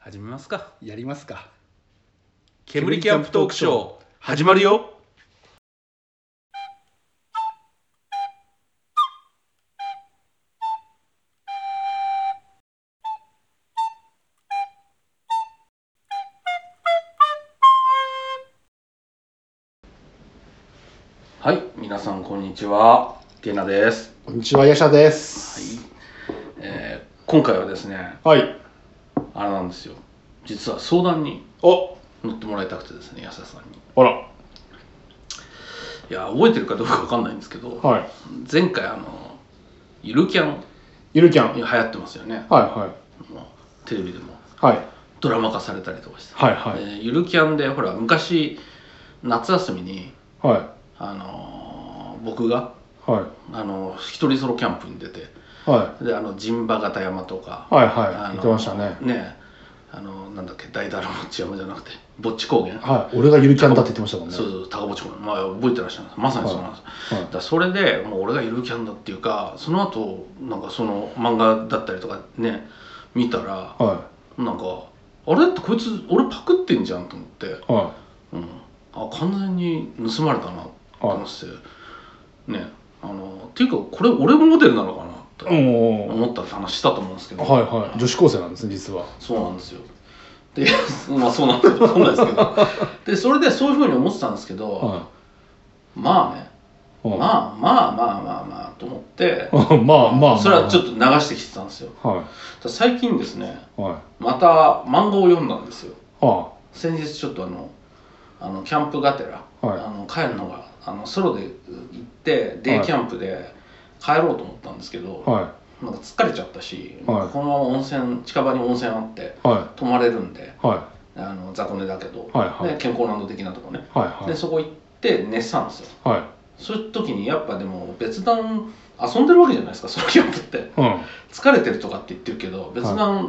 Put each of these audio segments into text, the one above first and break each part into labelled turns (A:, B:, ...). A: 始めますか
B: やりますか
A: 煙キャンプトークショー始まるよはい皆さんこんにちはゲナです、
B: こんにちはヤシャで
A: はい
B: す
A: えー今回はですね
B: はい、
A: あれなんですよ実は相談に
B: お
A: 乗ってもらいたくてですね安田さんに
B: あら
A: いや覚えてるかどうかわかんないんですけど、
B: はい
A: 前回あのゆるキャン
B: ゆるキャンはい
A: 流行ってますよね
B: は
A: もうテレビでも
B: いはい
A: ドラマ化されたりとかして、
B: はいはい
A: えーゆるキャンでほら昔夏休みに、
B: は
A: あのー僕が、
B: いはい
A: あのー一人ソロキャンプに出て
B: は
A: であの陣馬形山とか、
B: いはい
A: あ
B: は
A: の
B: い言ってましたね
A: ねあのーなんだっけ大だらぼっち山じゃなくてぼっち高原、
B: はい俺がゆるキャンだって言ってましたもんね
A: そうそう高ぼっち高原、まあ、覚えてらっしゃるんですまさにそうなんです、だか
B: は
A: らそれでもう俺がゆるキャンだっていうかその後なんかその漫画だったりとかね見たら
B: いは
A: なんかあれってこいつ俺パクってんじゃんと思って、
B: いは
A: うん、あ完全に盗まれたなって思ってねあのっていうかこれ俺もモデルなのかなって
B: いおー
A: 思ったって話したと思うんですけど、
B: はいはい女子高生なんですね実は
A: そうなんですよで まあそうなんですけどそうなんですけどでそれでそういうふうに思ってたんですけど、
B: は
A: まあね
B: いはい
A: まあまあまあまあまあと思って
B: まあまあまあ
A: それはちょっ
B: と
A: と流してきてたんですよ
B: は
A: ただ最近ですね
B: いは
A: また漫画を読んだんですよ
B: いは
A: 先日ちょっとあのあのキャンプがてら、
B: いはい
A: あの帰るのがあのソロで行ってデイキャンプで帰ろうと思ったんですけど、
B: は
A: なんか疲れちゃったし、
B: はい
A: このまま温泉近場に温泉あって
B: いは
A: 泊まれるんで
B: いはい
A: あの雑魚寝だけど、
B: はいはい
A: で健康ランド的なとこね、
B: はいはい
A: でそこ行って寝てたんですよ
B: は
A: そういう時にやっぱでも別段遊んでるわけじゃないですかソロキャンプって。
B: いうん
A: 疲れてるとかって言ってるけど別段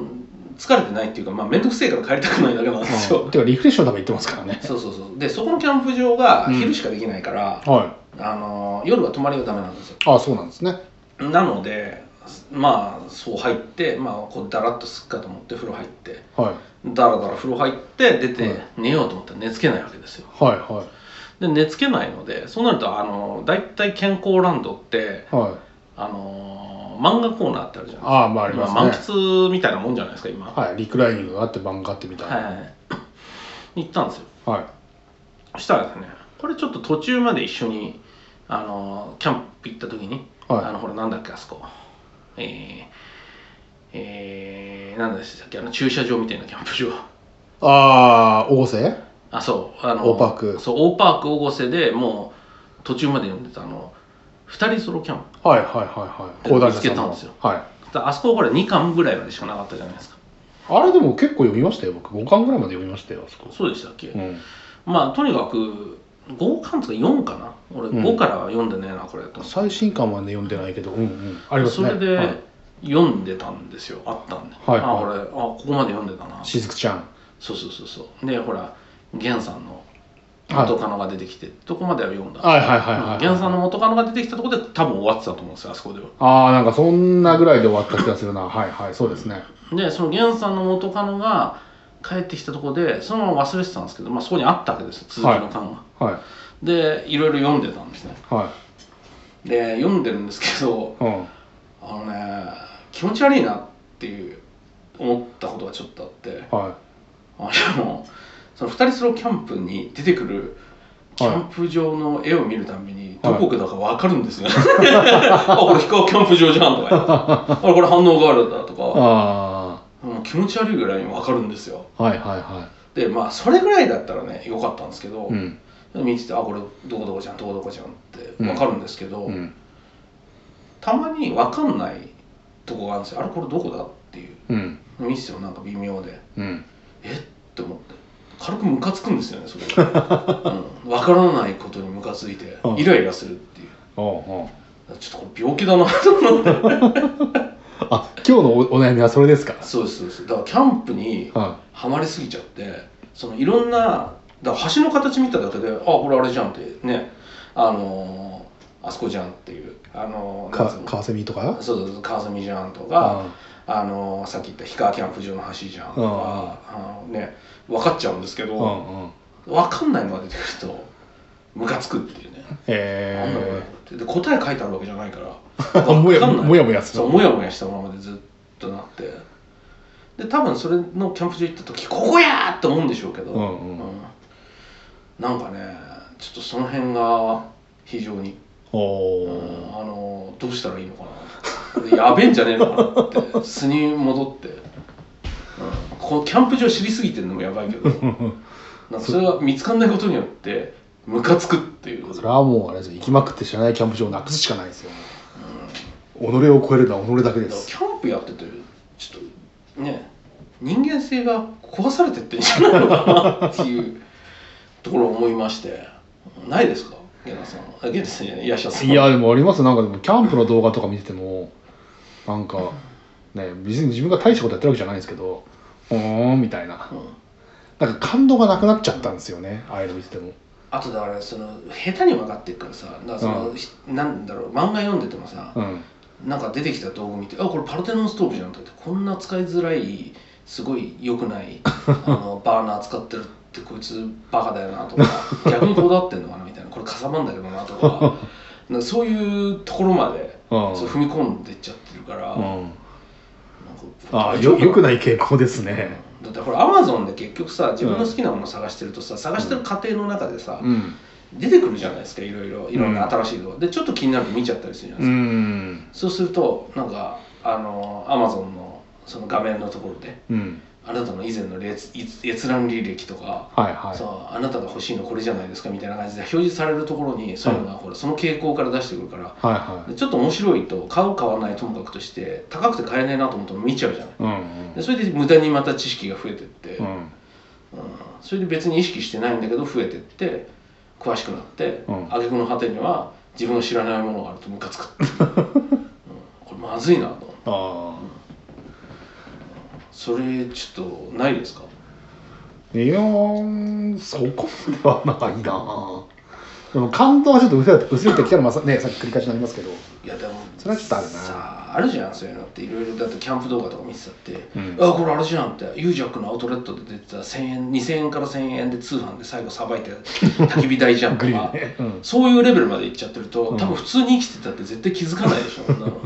A: 疲れてないっていうか、まあ、面倒くせえから帰りたくないだけなん ですよ、
B: うんてかリフレッシュのために行ってますからね
A: そうそうそうでそこのキャンプ場が
B: うん
A: 昼しかできないから、
B: は
A: あのー夜は泊まりがダメなんですよ
B: いあそうなんですね
A: なのでまあそう入ってまあこうだらっとすっかと思って風呂入って
B: はい
A: だらだら風呂入って出
B: は
A: て
B: い
A: 寝ようと思ったら寝つけないわけですよ
B: はいは
A: で寝つけないのでそうなるとあのー大体健康ランドって
B: いはい
A: あのー漫画コーナーってあるじゃない
B: ああまああり
A: ですか
B: ますね、
A: 満喫みたいなもんじゃないですか今
B: はい、リクライニングがあって漫画あってみたいな。はい。
A: はい、行ったんですよそしたらですねこれちょっと途中まで一緒にあのキャンプ行った時に、あ
B: は
A: のほらなんだっけあそこえー、えー、なんでしたっけあの駐車場みたいなキャンプ場
B: い。ああ、大瀬
A: あそうあの
B: オーパーク
A: そうオーパーク大越でもう途中まで読んでたあの二人ソロキャンプ
B: はいはいはいはい。
A: で
B: 講談
A: 見つ
B: 社
A: け
B: さ
A: た
B: の
A: んですよ
B: はい。
A: あそこほら2巻ぐらいまでしかなかったじゃないですか
B: あれでも結構読みましたよ、僕。5巻ぐらいまで読みましたよ、あそこ。
A: そうでしたっけ、
B: うん。
A: まあとにかく5巻とか4かな俺
B: うん
A: 5からは読んでねえなこれと思って
B: 最新巻まで読んでないけど、うんうん。ありますね。
A: それで、
B: はい、
A: 読んでたんですよあったんで、
B: はいはい
A: あ俺あここまで読んでたな
B: しずくちゃん。
A: そうそうそうそうでほら源さんの
B: はい
A: 元カノが出てきて、どこまでは読んだ、
B: はいはいはいはい。
A: 源さんの。元カノが出てきたところで多分終わってたと思うんですよあそこでは
B: ああ、なんかそんなぐらいで終わった気がするな。はいはい、そうですね。
A: でその源さんの元カノが帰ってきたところでそのまま忘れてたんですけど、まあ、そこにあったわけですよ続きの巻が、
B: はい。
A: でいろいろ読んでたんですね
B: は
A: で読んでるんですけど
B: い。うん。
A: あのね気持ち悪いなっていう思ったことがちょっとあって
B: は
A: あのその2人ソロキャンプに出てくるキャンプ場の絵を見るたびに
B: は
A: ど
B: い
A: こだか分かるんですよ、あこれ氷川キャンプ場じゃんとかあれこれ反応ガールだと
B: い。
A: か
B: あ
A: もう気持ち悪いぐらいに分かるんですよ
B: あ。はいはいは
A: でまあそれぐらいだったらねよかったんですけど、
B: い。うん。
A: 見ててあこれどこどこじゃんどこどこじゃんって分かるんですけど、
B: うん。
A: たまに分かんないとこがあるんですよあれこれどこだっていう
B: うん。
A: 見ててもなんか微妙で
B: うん。
A: えって思って軽くムカつくんですよねそれが、うん、分からないことにムカついて
B: うん
A: イライラするっていう
B: おうおう
A: ちょっとこれ病気だなと思って
B: あ、今日のおお悩みはそれですか
A: そうですそうですだからキャンプに
B: は
A: はまりすぎちゃってそのいろんなだから橋の形見ただけであこれあれじゃんってねあのーあそこじゃんっていうあの
B: い。
A: ーなん
B: か
A: つうの
B: 川蝉とか
A: そうそうそう川澄じゃんとか
B: あ
A: あのさっき言った氷川キャンプ場の橋じゃんとか、あのね、分かっちゃうんですけど、
B: うんうん。
A: 分かんないのが出てくるとムカつくっていうね、なんだこれ
B: え
A: ってで答え書いてあるわけじゃないから
B: ー。も
A: 分
B: や
A: かんない
B: もやもやす
A: そ
B: る
A: う。もやもやしたままでずっとなってで多分それのキャンプ場行った時ここやーって思うんでしょうけど、
B: うんうん
A: なんかねちょっとその辺が非常に、
B: お
A: うん
B: お
A: あのどうしたらいいのかな これやべえんじゃねえのかなって素に戻って、うん、このキャンプ場知りすぎてるのもやばいけ ど
B: ー。
A: なんかそれが見つかんないことによってムカつくっていう
B: それはもうあれですよ行きまくって知らないキャンプ場をなくすしかないですよ、己を超えるのは己だけで
A: だからキ
B: す
A: ャンプやっててちょっとね人間性が壊されてってんじゃないのかなっていうところを思いましてないですかゲナさんはあゲナさんじゃないいやしゃさん
B: いやでもありますよなんかでもキャンプの動画とか見ててもなんかね別に自分が大したことやってるわけじゃないんですけどうーんみたいな
A: うん
B: なんか感動がなくなっちゃったんですよねああいうの見てても
A: あとだからその下手に分かってるからさだからその、
B: う
A: ひなんだろう漫画読んでてもさ、
B: うん
A: なんか出てきた道具見て「あこれパルテノンストーブじゃん」とか言ってこんな使いづらいすごい良くない あのバーナー使ってるってこいつバカだよな とか逆にこだわってんのかなみたいなこれかさばんだけどなと かなんかそういうところまで
B: うん
A: そう踏み込んでっちゃってるから、なんか
B: うんああよ
A: 大丈夫
B: よくない傾向ですね
A: だってほらアマゾンで結局さ自分の好きなもの探してるとさ、探してる過程の中でさ、
B: うん
A: 出てくるじゃないですかいろいろいろんな新しい動画、でちょっと気になると見ちゃったりするじゃないですか
B: う、ん
A: そうするとなんかあのアマゾンのその画面のところで
B: うん
A: あなたの以前の列閲閲覧履歴とか、
B: はいはい
A: そうあなたが欲しいのこれじゃないですかみたいな感じで表示されるところにそういうのが、ほらその傾向から出してくるから
B: はいはい
A: でちょっと面白いと買う買わないともかくとして高くて買えないなと思っても見ちゃうじゃない
B: うん
A: でそれで無駄にまた知識が増えてって、
B: う
A: うん
B: ん
A: それで別に意識してないんだけど増えてって詳しくなって、
B: うん
A: 挙句の果てには自分の知らないものがあるとムカつくっていう、 うんこれまずいなと思って。
B: ああ
A: それちょっとないですか
B: いやーそこまではないなでも感動はちょっと薄れて薄れてきたらまさねさっき繰り返しになりますけど
A: いやでも
B: それはちょっとあるな
A: さああるじゃんそういうのっていろいろだってキャンプ動画とか見てたって、
B: うん
A: あこれあれじゃんってユージャックのアウトレットで出てた1000円2000円から1000円で通販で最後さ ばいて焚き火台じゃんと
B: グリ
A: か
B: ル、ね、うん、
A: そういうレベルまでいっちゃってると、
B: うん
A: 多分普通に生きてたって絶対気づかないでしょ、そんな のうん、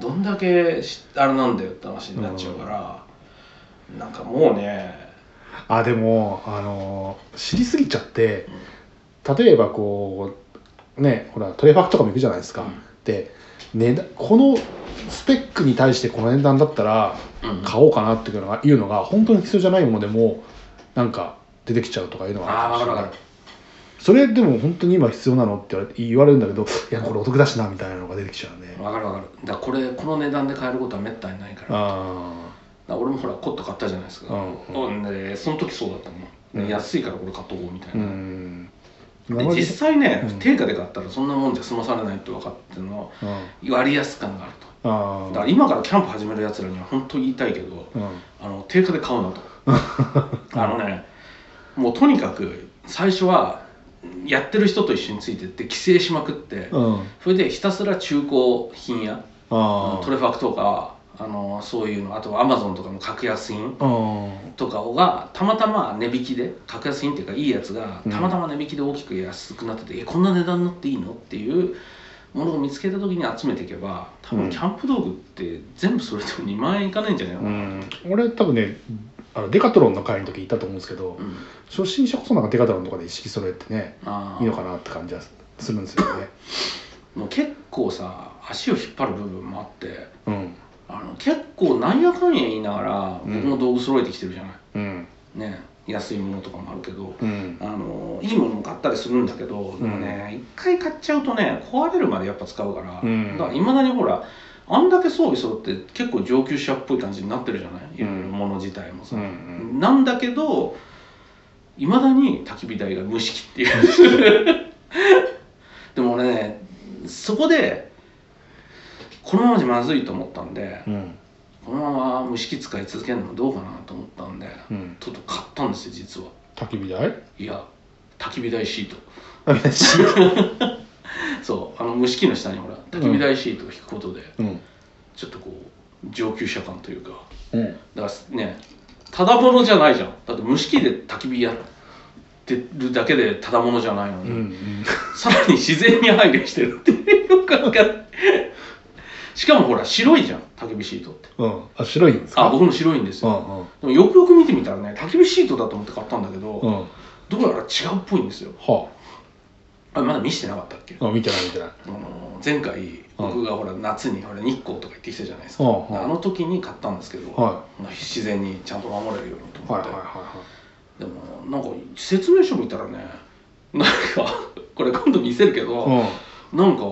A: どんだけしあれなんだよって話になっちゃうから、なんかもうね
B: あでもあのー知りすぎちゃって例えばこうねほらトレファクとかも行くじゃないですか、
A: うん
B: で値段このスペックに対してこの値段だったら
A: うん
B: 買おうかなっていうのがいうのが本当に必要じゃないものでもなんか出てきちゃうとかいうのが
A: ああ分
B: るし
A: か
B: れ
A: る
B: ない
A: 分かる
B: それでも本当に今必要なのって言われ言われるんだけどいやこれお得だしなみたいなのが出てきちゃうね
A: わかるわかるだからこれこの値段で買えることはめったにないからだか
B: あ
A: ら俺もほらコット買ったじゃないです
B: あう
A: か、
B: ん
A: でその時そうだったもん、
B: うん
A: 安いからこれ買っとこうみたい
B: うんう
A: な、
B: ん
A: で
B: 今まで
A: 実際ね、
B: うん
A: 定価で買ったらそんなもんじゃ済まされないって分かってるの
B: うん
A: 割安感があると
B: あ
A: だか
B: あ
A: ら今からキャンプ始めるやつらには本当言いたいけど
B: うん
A: あの定価で買うな とあのねもうとにかく最初はやってる人と一緒についてって規制しまくって、
B: うん
A: それでひたすら中古品や
B: あ
A: トレファクとかあのそういうのあとアマゾンとかの格安品
B: あうん
A: とかがたまたま値引きで格安品っていうかいいやつが
B: うん
A: たまたま値引きで大きく安くなってて、えこんな値段になっていいのっていうものを見つけた時に集めていけば多
B: う
A: 分
B: ん
A: キャンプ道具って全部それでも2万円いかないんじゃないの
B: う
A: かな、
B: ん俺多分ねあのデカトロンの会の時行ったと思うんですけど
A: うん
B: 初心者こそなんかデカトロンとかで一式揃えてね
A: あー
B: いいのかなって感じはするんですよね
A: もう結構さ足を引っ張る部分もあって
B: うん
A: あの結構なんやかんや言いながら
B: うん
A: 僕も道具揃えてきてるじゃない、
B: うん
A: ね安いものとかもあるけど、
B: うん
A: あのいいものも買ったりするんだけどでもね一、回買っちゃうとね壊れるまでやっぱ使うから、
B: うん
A: だからいまだにほらあんだけ装備揃って結構上級者っぽい感じになってるじゃないいろいろもの自体もさ、
B: うん
A: なんだけどいまだに焚き火台が無式っていう でも俺ねそこでこのままじゃまずいと思ったんで
B: うん
A: このまま無式使い続けるのもどうかなと思ったんで
B: うん
A: ちょっと買ったんですよ実は。
B: 焚き火 台
A: いや焚き火台シートそうあの蒸し器の下にほら焚き火台シートを引くことで、
B: うん
A: ちょっとこ上級者感というか
B: うん
A: だからねただものじゃないじゃんだって蒸し器で焚き火やってるだけでただものじゃないの
B: う
A: に、
B: ん
A: さらに自然に配慮してるっていうよくわかるしかもほら白いじゃん焚き火シートって
B: うんあ白いんですか
A: あ僕も白いんです
B: う
A: よ、
B: んうん
A: でもよくよく見てみたらね焚き火シートだと思って買ったんだけど、
B: うん
A: どうやら違うっぽいんですよ
B: は
A: あれまだ見せてなかったっけ、
B: ああ見てない見てない
A: あの前回僕がほら夏にほら日光とか行ってきたじゃないですか、
B: うんうん
A: あの時に買ったんですけど、
B: は
A: 自然にちゃんと守れるようにと
B: はい
A: 思
B: は
A: っ
B: い
A: て、
B: は
A: でもなんか説明書見たらね なんかこれ今度見せるけ
B: い
A: ど、
B: はい
A: なんか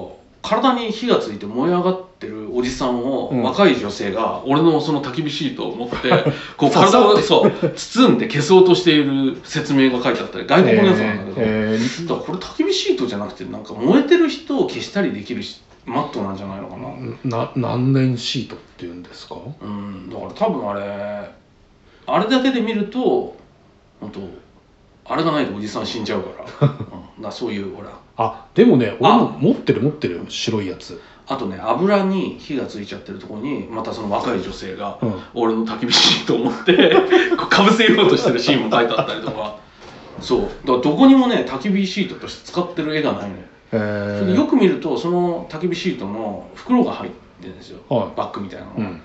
A: 体に火がついて燃え上がってるおじさんを、
B: うん
A: 若い女性が俺のその焚き火シートを持 ってこう
B: 刺さ
A: 体
B: っ
A: を
B: て
A: そう包んで消そうとしている説明が書いてあったり
B: う
A: 外
B: ん
A: 国のやつなんだけど、
B: えーえー
A: だからこれ焚き火シートじゃなくてなんか燃えてる人を消したりできるしマットなんじゃないのかなうん、
B: な何年シートっていうんですか
A: だから多分あれあれだけで見ると本当あれがないとおじさん死んじゃうから、うん、だからそういうほら
B: あでもね俺
A: あ
B: も持ってる持ってる白いやつ
A: あとね油に火がついちゃってるところにまたその若い女性が
B: うん
A: 俺の焚き火シートを持って こうかぶせようとしてるシーンも書いてあったりとかそうだからどこにもね焚き火シートとして使ってる絵がないのよ
B: え
A: それで
B: ー
A: よく見るとその焚き火シートの袋が入ってるんですよ
B: は
A: バッグみたいなのが、
B: いうん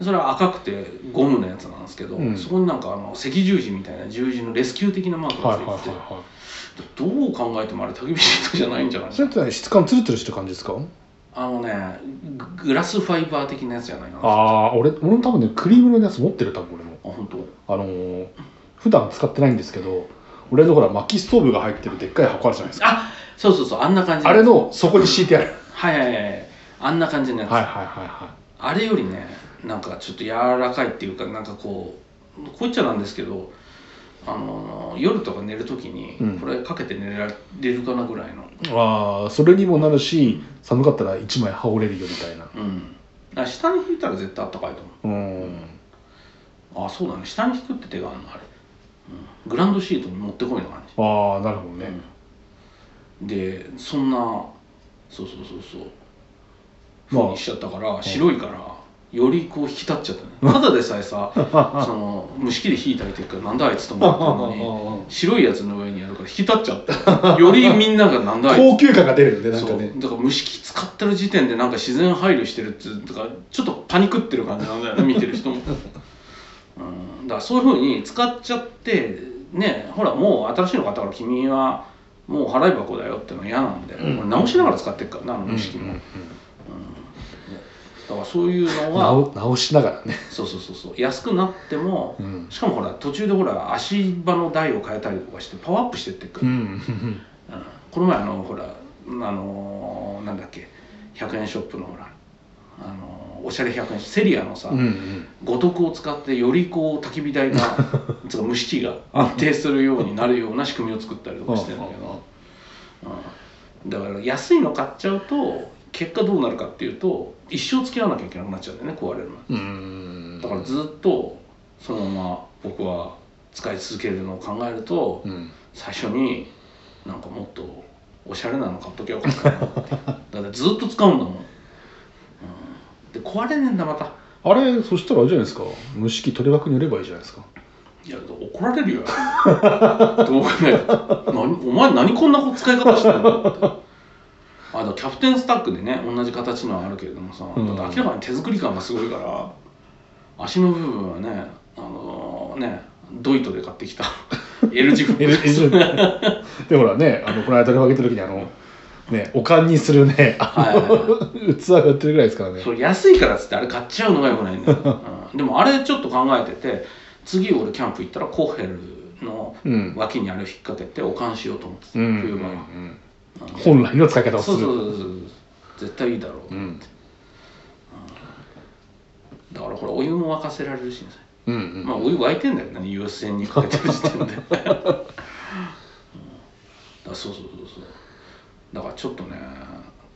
A: それは赤くてゴムのやつなんですけど、
B: うん
A: そこになんかあの赤十字みたいな十字のレスキュー的なマーク
B: は
A: が
B: い
A: つ
B: はいい
A: て
B: はい
A: て、
B: は
A: どう考えてもあれ焚き火シートじゃないんじゃない
B: いそれってね質感ツルツルしてる感じですか
A: あのねググラスファイバー的なやつじゃないかなあ
B: ああー俺俺も多分ねクリームのやつ持ってる多分俺も
A: 本当
B: あのー普段使ってないんですけど俺のほら薪ストーブが入ってるでっかい箱あるじゃないですか
A: あそうそうそうあんな感じ
B: あれのそこに敷いてある
A: はいはいはいあんな感じのやつ、
B: はいはいはいは
A: あれよりねなんかちょっと柔らかいっていうかなんかこうこう言っちゃなんですけどあの夜とか寝るときに
B: うん
A: これかけて寝られるかなぐらいの
B: いああそれにもなるし寒かったら一枚羽織れるよみたいな
A: うんだから下に引いたら絶対あったかいと思
B: う
A: う、
B: ん
A: あそうだね下に引くって手があるのあれ、うん、グランドシートに持ってこいの感じ
B: ああなるほどね、
A: うんでそんなそうそうそうそう
B: まあ
A: ふうにしちゃったから、白いからよりこう引き立っちゃったねただでさえ さその蒸し器で火焚いてるからなんだあいつと思ってたのに白いやつの上にあるから引き立っちゃったよりみんながなんだあい
B: 高級感が出るんで
A: つ
B: なんか
A: そう
B: ね
A: だから蒸し器使ってる時点でなんか自然配慮してるっていうとかちょっとパニクってる感じなん だよね見てる人も、うん、だからそういうふうに使っちゃってねほらもう新しいの買ったから君はもう払い箱だよってのは嫌なんで、俺直しながら使ってるからなあの蒸し器も、
B: うんうんうん
A: だからそういうのは
B: 直直しながらね、
A: そうそうそうそう安くなっても
B: うん
A: しかもほら途中でほら足場の台を変えたりとかしてパワーアップしてってっから、
B: うん、
A: うんこの前あのほらあのーなんだっけ100円ショップのほらあのーおしゃれ100円セリアのさ、
B: うんうん、
A: 五徳を使ってよりこう焚き火 台がつうか蒸し器が安定するようになるような仕組みを作ったりとかしてるんだけど、うん、だから安いの買っちゃうと結果どうなるかっていうと一生付き合わなきゃいけなくなっちゃうんだよね壊れるの
B: うん、
A: だからずっとそのまま僕は使い続けるのを考えると
B: うん、
A: 最初になんかもっとおしゃれなの買っときゃよかったなってだってずっと使うんだもん、うん、で壊れねえんだまた
B: あれそしたらあれじゃないですか蒸し器取り枠に売ればいいじゃないですか
A: いや怒られるよどう考えても何お前何こんな使い方してんのってあのキャプテンスタックでね同じ形のはあるけれどもさ、
B: うん
A: だって明らかに手作り感がすごいから足の部分はねあのねドイトで買ってきた L 字フ
B: え えじゃでほらねあのこの間取り分けてる時にあのねおかんにするねあの、器が売ってるぐらいですからね
A: そう安いからっつってあれ買っちゃうのがよくないんだ よ、うんでもあれちょっと考えてて次俺キャンプ行ったらコヘルの
B: うん
A: 脇にあれを引っ掛けて保管しようと思ってた、
B: うんうん
A: 冬
B: う
A: 場は
B: ん
A: うん
B: 本来の使い方をす
A: そう
B: る
A: そうそうそう絶対いいだろう、
B: うん
A: だからほらお湯も沸かせられるしね、
B: うんうん
A: まあお湯沸いてんだよね優先にかけてる時 点で、うんだからそうそうそうそうだからちょっとね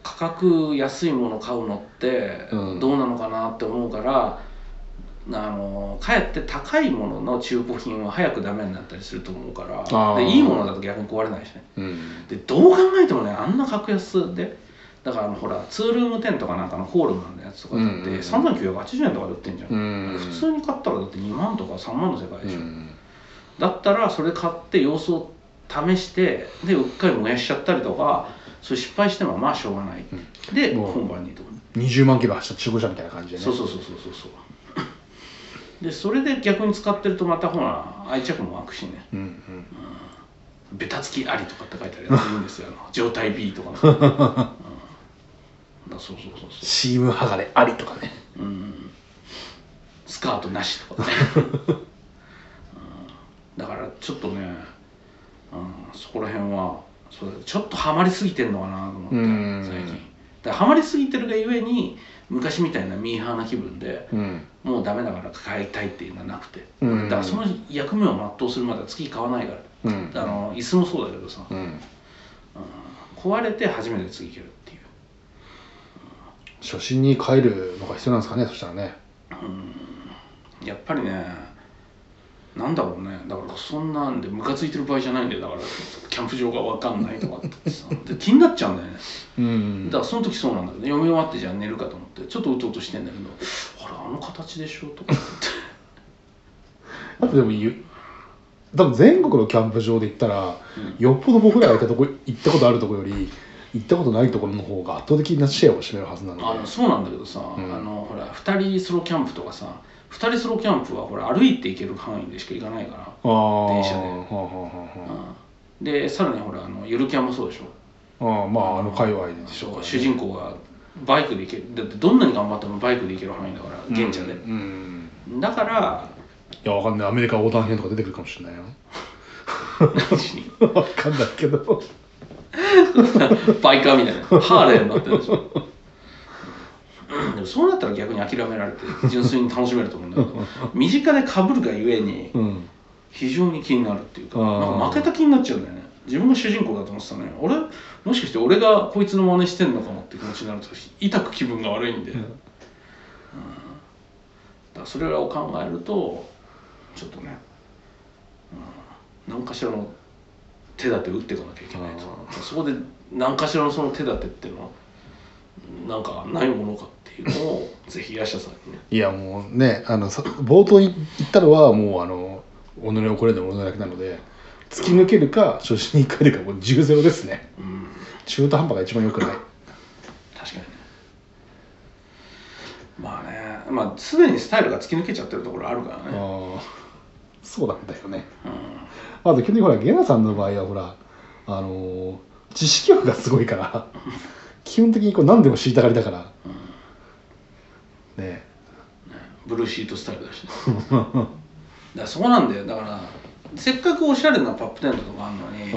A: 価格安いもの買うのって
B: うん
A: どうなのかなって思うから、あのかえって高いものの中古品は早くダメになったりすると思うから
B: ー
A: でいいものだと逆に壊れないしね
B: うん
A: でどう考えてもねあんな格安でだからあのほらツールーム10とかなんかのホールマンのやつとかだって
B: うん
A: 3980円とかで売ってんじゃん、
B: うん
A: 普通に買ったらだって2万とか3万の世界でしょ、
B: うん
A: だったらそれ買って様子を試してでうっかり燃やしちゃったりとかそれ失敗してもまあしょうがない、
B: う
A: で
B: もう
A: 本番にと、
B: 20万キロ走った中古車みたいな感じでね
A: そうそうそうそうそうそうでそれで逆に使ってるとまたほら愛着も湧くしね
B: うんうん
A: ベタつきありとかって書いてあるやついいんですよあの状態 B とかの、 うん、だからそうそうそうそ
B: シーム剥がれありとかね
A: う、うん、スカートなしと かね、うん、だからちょっとね、うん、そこら辺はそうだちょっとハマりすぎてんのかなと思って
B: うん
A: 最近だからハマりすぎてるがゆえに昔みたいなミーハーな気分で
B: うん
A: もうダメだから買いたいっていうのはなくて、
B: うん
A: だからその役目を全うするまでは月買わないから
B: うん
A: あの椅子もそうだけどさ、
B: うん
A: 壊れて初めて次行けるっていう、
B: 初心に帰るのが必要なんですかねそしたらね
A: うん、やっぱりねなんだろうねだからそんなんでムカついてる場合じゃないんだよだからキャンプ場が分かんないとかってさで気になっちゃうんだよね
B: うん
A: だからその時そうなんだけど読み終わってじゃあ寝るかと思ってちょっとうとうとしてんだけどあれあの形でしょとか思って
B: だってでも言う多分全国のキャンプ場で行ったら、
A: う
B: よっぽど僕らが行ったとこ行ったことあるところより行ったことないところの方が圧倒的なシェアを占めるはずなので
A: あのそうなんだけどさ、
B: ん
A: あのほら2人ソロキャンプとかさ2人ソロキャンプはほら歩いて行ける範囲でしか行かないから
B: あー
A: 電車で
B: はあはあは
A: うんでさらにほらあのゆるキャンもそうでしょ
B: あはああーまああの界隈でしょうからね
A: 主人公がバイクで行けるだってどんなに頑張ってもバイクで行ける範囲だから現地で、
B: うんうん
A: だから
B: いやわかんないアメリカ横断編とか出てくるかもしれないよ
A: 何
B: わかんないけど
A: バイカーみたいなハーレーになってるでしょうんでもそうなったら逆に諦められて純粋に楽しめると思うんだけど身近でかぶるがゆえに
B: うん
A: 非常に気になるっていうか
B: あー
A: なんか負けた気になっちゃうんだよね自分が主人公だと思ってたのに俺もしかして俺がこいつの真似してんのかもって気持ちになると痛く気分が悪いんで、うんだからそれらを考えるとちょっとね、うん、何かしらの手立てを打っていかなきゃいけないとそこで何かしらのその手立てっていうのはなんかないものかっていうのをぜひヤシャさんにね
B: いやもうねあのさ冒頭に言ったのはもうあの己をこれでも己だけなので突き抜けるか初心に帰るかもう重ゼロですね
A: うん
B: 中途半端が一番良くない
A: 確かにねまあねまあすでにスタイルが突き抜けちゃってるところあるからね、
B: ああそうなんだよね
A: うん、
B: あと基本的にほらゲナさんの場合はほらあのー知識欲がすごいから 基本的にこう何でも知りたがりだから、ね
A: ブルーシートスタイルだ し、ね、だからそうなんだよだからせっかくおしゃれなパップテントとかあるのに、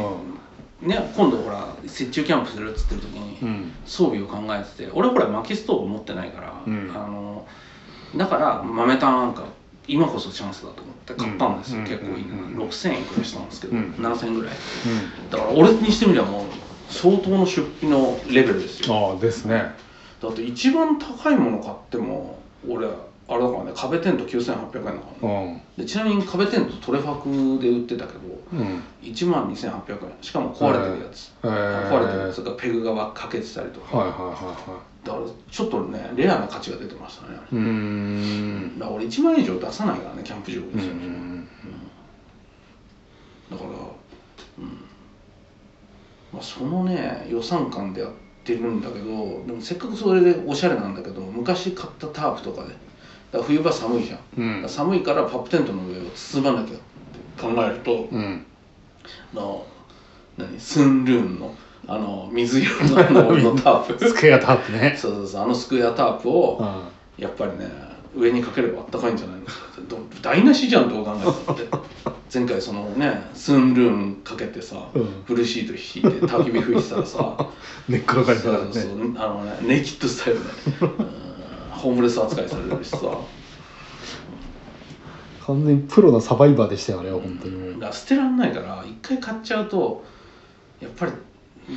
A: ね、今度ほら雪中キャンプするっつってる時に、
B: ん
A: 装備を考えてて俺ほら薪ストーブ持ってないから、
B: うん
A: あのだから豆炭なんか今こそチャンスだと思って買ったんですよ、
B: うん
A: 結構いいな、
B: うん
A: 6000円くらいしたんですけど、
B: うん
A: 7000円ぐらいだから俺にしてみればもう相当の出費のレベルですよ
B: ああですね
A: だって一番高いもの買っても俺あれだからね壁テント9800円だから、ね
B: うん
A: でちなみに壁テントトレファクで売ってたけど
B: うん
A: 1万2800円しかも壊れてるやつ、
B: えー
A: 壊れてるやつがペグがかけてたりとか
B: はいはいはいは
A: だからちょっとねレアな価値が出てましたね
B: いうーん
A: だから俺1万円以上出さないからねキャンプ場に、
B: うんうん
A: だから、うんまあ、そのね予算感でやってるんだけどでもせっかくそれでおしゃれなんだけど昔買ったタープとかでだから冬場寒いじゃん、だか
B: う
A: ら
B: ん
A: 寒いからパップテントの上を包まなきゃって考えると、
B: うん
A: あの何スンルーンのあの水色のあののタ ープ
B: スクエアタープね
A: そうそうそうあのスクエアタープを、
B: うん
A: やっぱりね上にかければあったかいんじゃないのど台無しじゃんどう考えたって 前回そのねスンルーンかけてさ、
B: うん
A: ブルーシート敷いて焚き火吹いてたらさ
B: 寝っ転がりな
A: そ
B: が
A: う
B: ら
A: そうそ
B: ね
A: うあのねネイキッドスタイルで、うんホームレス扱いされるしさだか
B: 完全にプロのサバイバーでしたよあれは本当にもう
A: ら捨てらんないから一回買っちゃうとやっぱり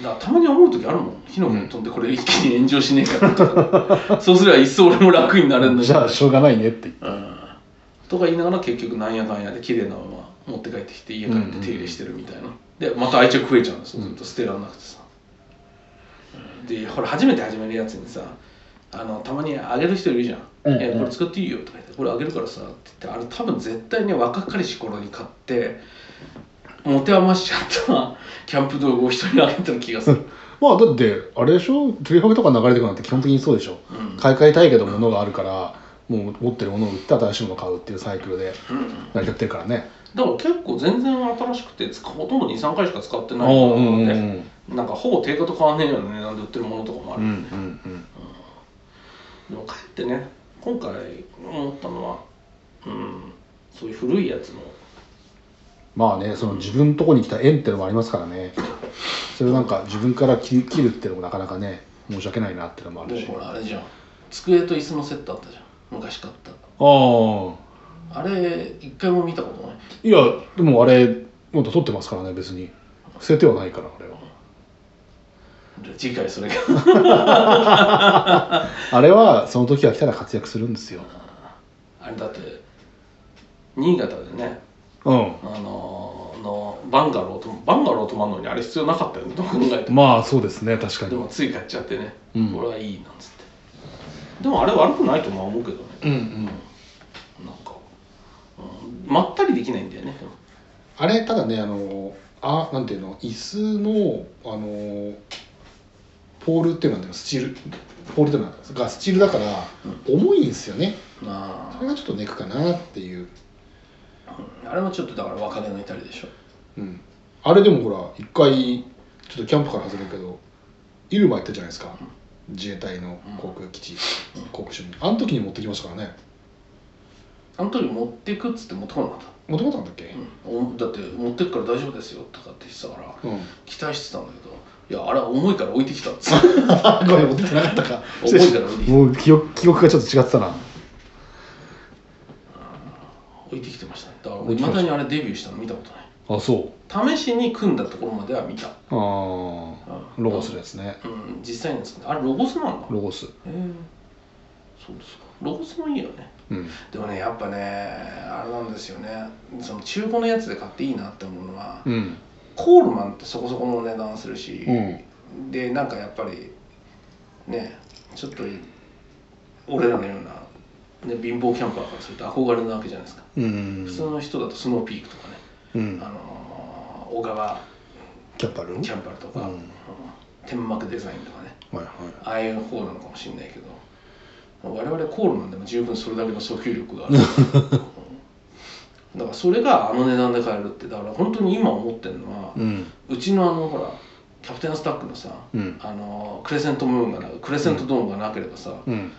A: だたまに思う時あるもん火の粉飛んでこれ一気に炎上しねえかなとかそうすれば一層俺も楽になれるのに
B: じゃあしょうがないねって
A: うんとか言いながら結局なんやかんやで綺麗なまま持って帰ってきて家帰って手入れしてるみたいな、でまた愛着増えちゃうんですよずっと捨てられなくてさ、でほら初めて始めるやつにさあのたまにあげる人いるじゃん「
B: うんうん
A: えこれ使っていいよ」とか言って「これあげるからさ」って言ってあれ多分絶対ね若かりし頃に買って持て余しちゃった キャンプ道具を人にあげてる気がする、
B: まあだってあれでしょトリファクとか流れてくるなんて基本的にそうでしょ
A: うん
B: 買い替えたいけど物があるからもう持ってるものを売って新しいものを買うっていうサイクルで
A: うん
B: 成り立ってるからね
A: だから結構全然新しくて使うほとんど23回しか使って
B: う
A: ない
B: んう
A: も
B: ん
A: の
B: うんう
A: で
B: ん
A: なんかほぼ定価と変わんねえよねなんで売ってるものとかもあ
B: う
A: る、
B: んうん
A: でもかえってね今回思ったのは、うん、そういう古いやつの
B: まあねその自分のとこに来た縁ってのもありますからねそれをなんか自分から切り切るってのもなかなかね申し訳ないなってのもある
A: で
B: し
A: もほら
B: あ
A: あれじゃん机と椅子のセットあったじゃん昔買った
B: あ
A: あれ一回も見たことない
B: いやでもあれまだ撮ってますからね別に捨ててはないからあれは
A: で次回それが
B: あれはその時が来たら活躍するんですよ
A: あれだって新潟でね
B: うん
A: あのーのバンガローとバンガロー泊まるのにあれ必要なかったよねどう考えても
B: まあそうですね確かに
A: でもつい買っちゃってね、
B: うん
A: これはいいなんつってでもあれ悪くないとは思うけどね
B: うんうん
A: なんか、うんまったりできないんだよねでも
B: あれただねあのあなんていうの椅子のあのポールっていうのはねスチールポールっていうのはがスチールだから重いんですよね
A: あ
B: それ
A: ー
B: がちょっとネックかなっていう、
A: あれもちょっとだから若気の至りでしょ
B: うん、あれでもほら一回ちょっとキャンプから外れるけどイルマ行ったじゃないですか自衛隊の航空基地航空所にあの時に持ってきましたからね
A: あの時持ってくっつって持ってこなかった
B: 持ってこなかったんだっけ、
A: うんおだって持ってくから大丈夫ですよとかって言ってたから
B: うん、
A: 期待してたんだけどいやあれは重いから置いてきたっつ って
B: ごめん持ってきてなかったか
A: 重いから置いてきた
B: もう記憶記憶がちょっと違ってたな
A: 置いてきてましたねだからいまだにあれデビューしたの見たこと
B: あそう
A: ない試しに組んだところまでは見た、
B: あー
A: うん、
B: ロゴスですね
A: うん実際にですねあれロゴスなんだへ
B: ロゴス
A: えそうですかロゴスもいいよね
B: うん
A: でもねやっぱねあれなんですよねその中古のやつで買っていいなって思うのは、
B: うん
A: コールマンってそこそこの値段するし、
B: うん
A: でなんかやっぱりねちょっと俺らのような、ね、貧乏キャンパーからすると憧れなわけじゃないですか、
B: うん
A: 普通の人だとスノーピークとかね、
B: うん
A: あのー小川
B: キャッパル
A: キャンパルとか、
B: うん
A: うん天幕デザインとかね
B: はいは
A: ああいう方なのかもしれないけど我々コールマンでも十分それだけの訴求力がある、うんだからそれがあの値段で買えるってだから本当に今思ってるのは、
B: いうん
A: うちのあのほらキャプテンスタックのさ、
B: うん
A: あのクレセントムーンがなクレセントドームがなければさ、
B: うん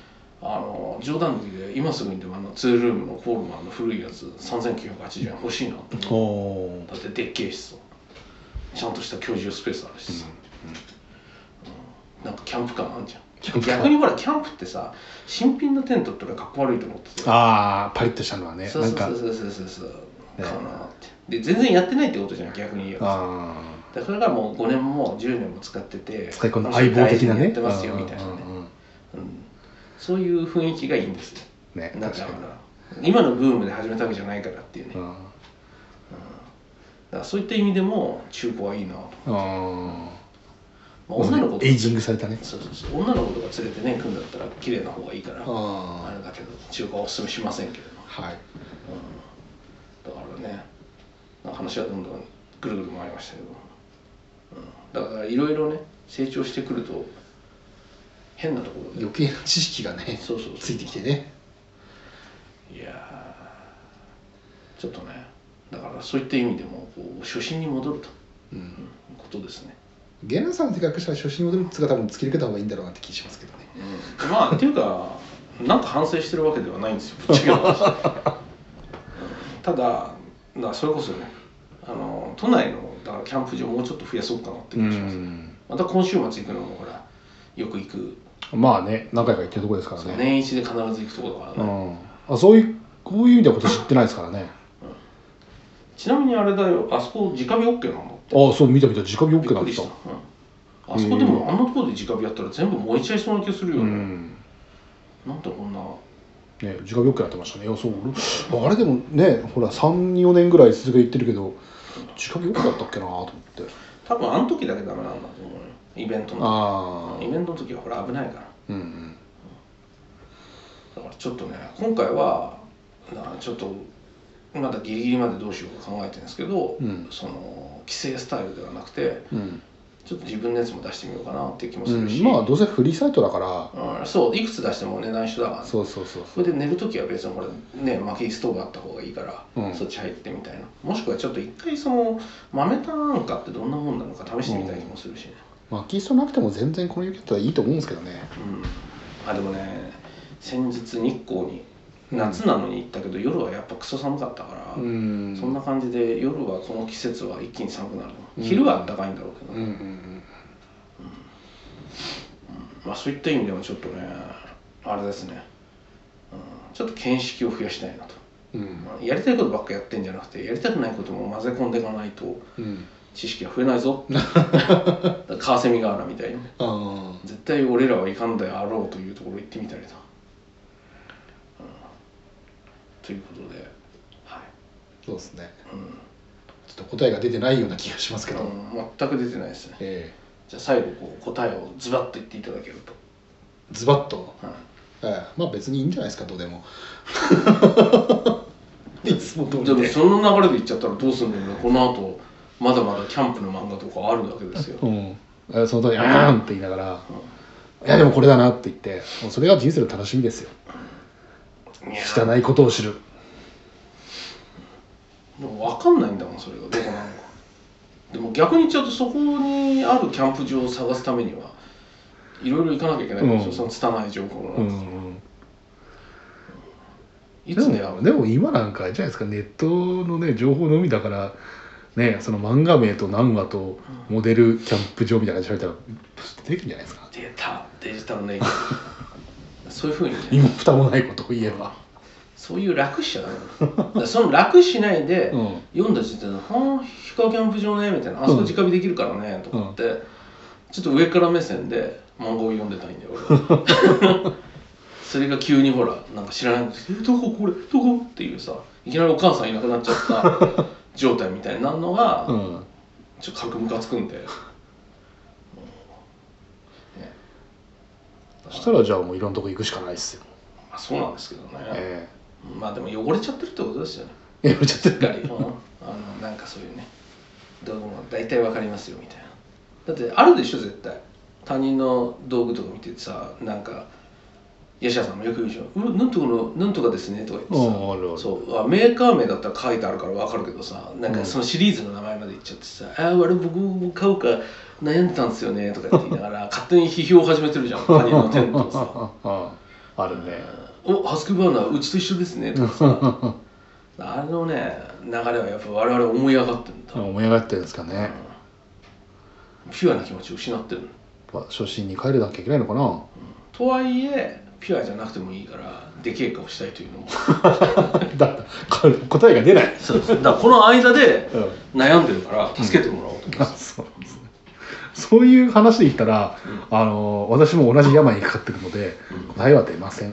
A: あの冗談抜きで今すぐにでもあのツールームのフォールマンの古いやつ3980円欲しいなって
B: お
A: 思う
B: お
A: だってでっけえしさちゃんとした居住スペースあるしさ、なんかキャンプ感あるじゃん
B: キャンプ感
A: 逆にほらキャンプってさ新品のテントって俺かっこ悪いと思ってて
B: ああパリッとしたのはね
A: そう
B: な
A: そ
B: ん
A: う
B: か
A: そうそうそうそうそうかなってで全然やってないってことじゃん逆に言えばさ
B: あ
A: だからもう5年も10年も使ってて
B: あ使い込んだ相棒的な
A: 大事に
B: ね
A: やってますよみたいなね、
B: うんうんうん
A: うん、そういう雰囲気がいいんですよ
B: ね
A: なん
B: 確
A: か
B: か
A: ほ
B: に
A: ら今のブームで始めたわけじゃないからっていうね、
B: う
A: だか
B: んあ
A: らそういった意味でも中古はいいなと、
B: あ
A: まあ、女の子と
B: エイジングされたね
A: そうそうそう女の子とか連れてね組んだったら綺麗な方がいいからあ
B: あ
A: れだけど中古はおすすめしませんけれ
B: あはい
A: どだからねなんか話はどんどんぐるぐる回りましたけど、うん、だからいろいろね成長してくると変なところで
B: 余計な知識がね
A: そうそうそう
B: ついてきてね
A: いやーちょっとねだからそういった意味でもこう初心に戻ると
B: うん
A: ことですね、
B: ゲナさんの企画したら初心に戻るっつうか多分突き抜けた方がいいんだろうなって気しますけどね
A: まあっていうかなんか反省してるわけではないんですよぶっちゃけの話うんただだからそれこそねあの都内のだからキャンプ場もうちょっと増やそうかなって気がします、また今週末行くのもほらよく行く、
B: まあね何回か行ってるとこですからね
A: 年一で必ず行くところだからね、
B: うん、あそういうこういう意味ではこと知ってないですからね
A: ちなみにあれだよあそこ直火 OK なの
B: ああそう見た見た直火 OK な
A: びっく
B: んで
A: り
B: す
A: し
B: か
A: た、うん、あそこでもあんなところで直火やったら全部燃えちゃいそうな気がするよ
B: う
A: ね、
B: ん
A: なんでこんな
B: ね直火 OK なってましたねいやそう俺あれでもねほら34年ぐらい続けて行ってるけど直火 OK だったっけなと思って
A: 多分あの時だけダメなんだと思うよイベントの
B: ああ
A: イベントの時はほら危ないから
B: うんうん
A: だからちょっとね今回はなちょっとまだギリギリまでどうしようか考えてるんですけど、
B: うん
A: その規制スタイルではなくて
B: うん
A: ちょっと自分のやつも出してみようかなっていう気もす
B: う
A: るし、
B: ん、まあどうせフリーサイトだから
A: うんそういくつ出しても値段一緒だからね
B: そうそうそう
A: それで寝る時は別にこれね薪ストーブあった方がいいから、
B: うん
A: そっち入ってみたいなもしくはちょっと一回その豆炭化ってどんなもんなのか試してみたい気もするしね、
B: まあキーストなくても全然この雪だったらいいと思うんですけどね
A: うんあでもね先日日光に夏なのに行ったけど、夜はやっぱクソ寒かったから、
B: うん
A: そんな感じで夜はこの季節は一気に寒くなる
B: うん
A: 昼は暖かいんだろうけど、
B: うんうんうん
A: まあ、そういった意味でもちょっとねあれですね、うん、ちょっと見識を増やしたいなと
B: うん
A: まあやりたいことばっかやってんじゃなくてやりたくないことも混ぜ込んでいかないと
B: うん
A: 知識が増えない ぞだからカワセミガーラみたいに
B: ああ
A: 絶対俺らはいかんであろうというところ行ってみたりだ、うんということではい、
B: そうですね
A: うん
B: ちょっと答えが出てないような気がしますけど、
A: うん全く出てないですね
B: え
A: じゃあ最後こう答えをズバッと言っていただけると、
B: ーズバッと、
A: はい
B: えーまあ別にいいんじゃないですかどう でもいつも通
A: で
B: り
A: も
B: で
A: その流れで言っちゃったらどうするんだろうねこの後まだまだキャンプの漫画とかあるわけですよ、
B: う
A: うん
B: んえーその通り「あーん」って言いながら「いやでもこれだな」って言ってもうそれが人生の楽しみですよ
A: いや
B: 汚いことを知る
A: でも分かんないんだもんそれがどこなのかでも逆に言っちゃうとそこにあるキャンプ場を探すためにはいろいろ行かなきゃいけないんですよ、
B: うん
A: その拙い情報の中、
B: うん
A: い
B: で
A: つ出会う
B: もでも今なんかあれじゃないですかネットのね情報のみだからねその漫画名と何話とモデルキャンプ場みたいなの調べたらプスッとできるんじゃないですか
A: 出たデジタルネイティ ブそういうふうにね
B: 今蓋もないことを言えば
A: そういう楽しちゃダメなのだからその楽しないで、
B: うん
A: 読んだ時点で「はあヒカキャンプ場ね」みたいな「あそこ直火できるからね」とかって、ちょっと上から目線で漫画を読んでたいんだよ俺は それが急にほらなんか知らないんですけど「えどここれどこ?」っていうさいきなりお母さんいなくなっちゃ った状態みたいになるのが、
B: うん
A: ちょっと格ムカつくんで、うんね、
B: そしたらじゃあもういろんなとこ行くしかないですよ
A: まあ、そうなんですけどね、
B: え
A: まあでも汚れちゃってるってことですよね
B: えやめちゃっ
A: し
B: て
A: っかり、うん、あのなんかそういうねどうも大体わかりますよみたいなだってあるでしょ絶対他人の道具とか見ててさなんか吉田さんもよく言うでしょ「うんなんとかのなんとかですね」とか言って
B: うんあるあ
A: さ
B: る
A: そうあメーカー名だったら書いてあるからわかるけどさなん
B: う
A: か
B: ん
A: そのシリーズの名前まで言っちゃってさ「あああれ僕も買おうか悩んでたんですよね」とかって言いながら勝手に批評を始めてるじゃん他人のテントをさ
B: あああるね
A: 「おハスクバーナーうちと一緒ですね」とかさ あのね流れはやっぱ我々思い上がってるんだ、
B: 思い上がってるんですかね
A: ピュアな気持ちを失ってる
B: やっぱ初心に帰るなきゃいけないのかな
A: とはいえピュアじゃなくてもいいからでけえ顔したいというのも
B: だから答えが出ない
A: そうそう だからこの間で
B: う ん
A: 悩んでるから助けてもらおうと思って
B: あそうなんですねそういう話で言ったら、あの私も同じ病にかかってるので、答えは出ません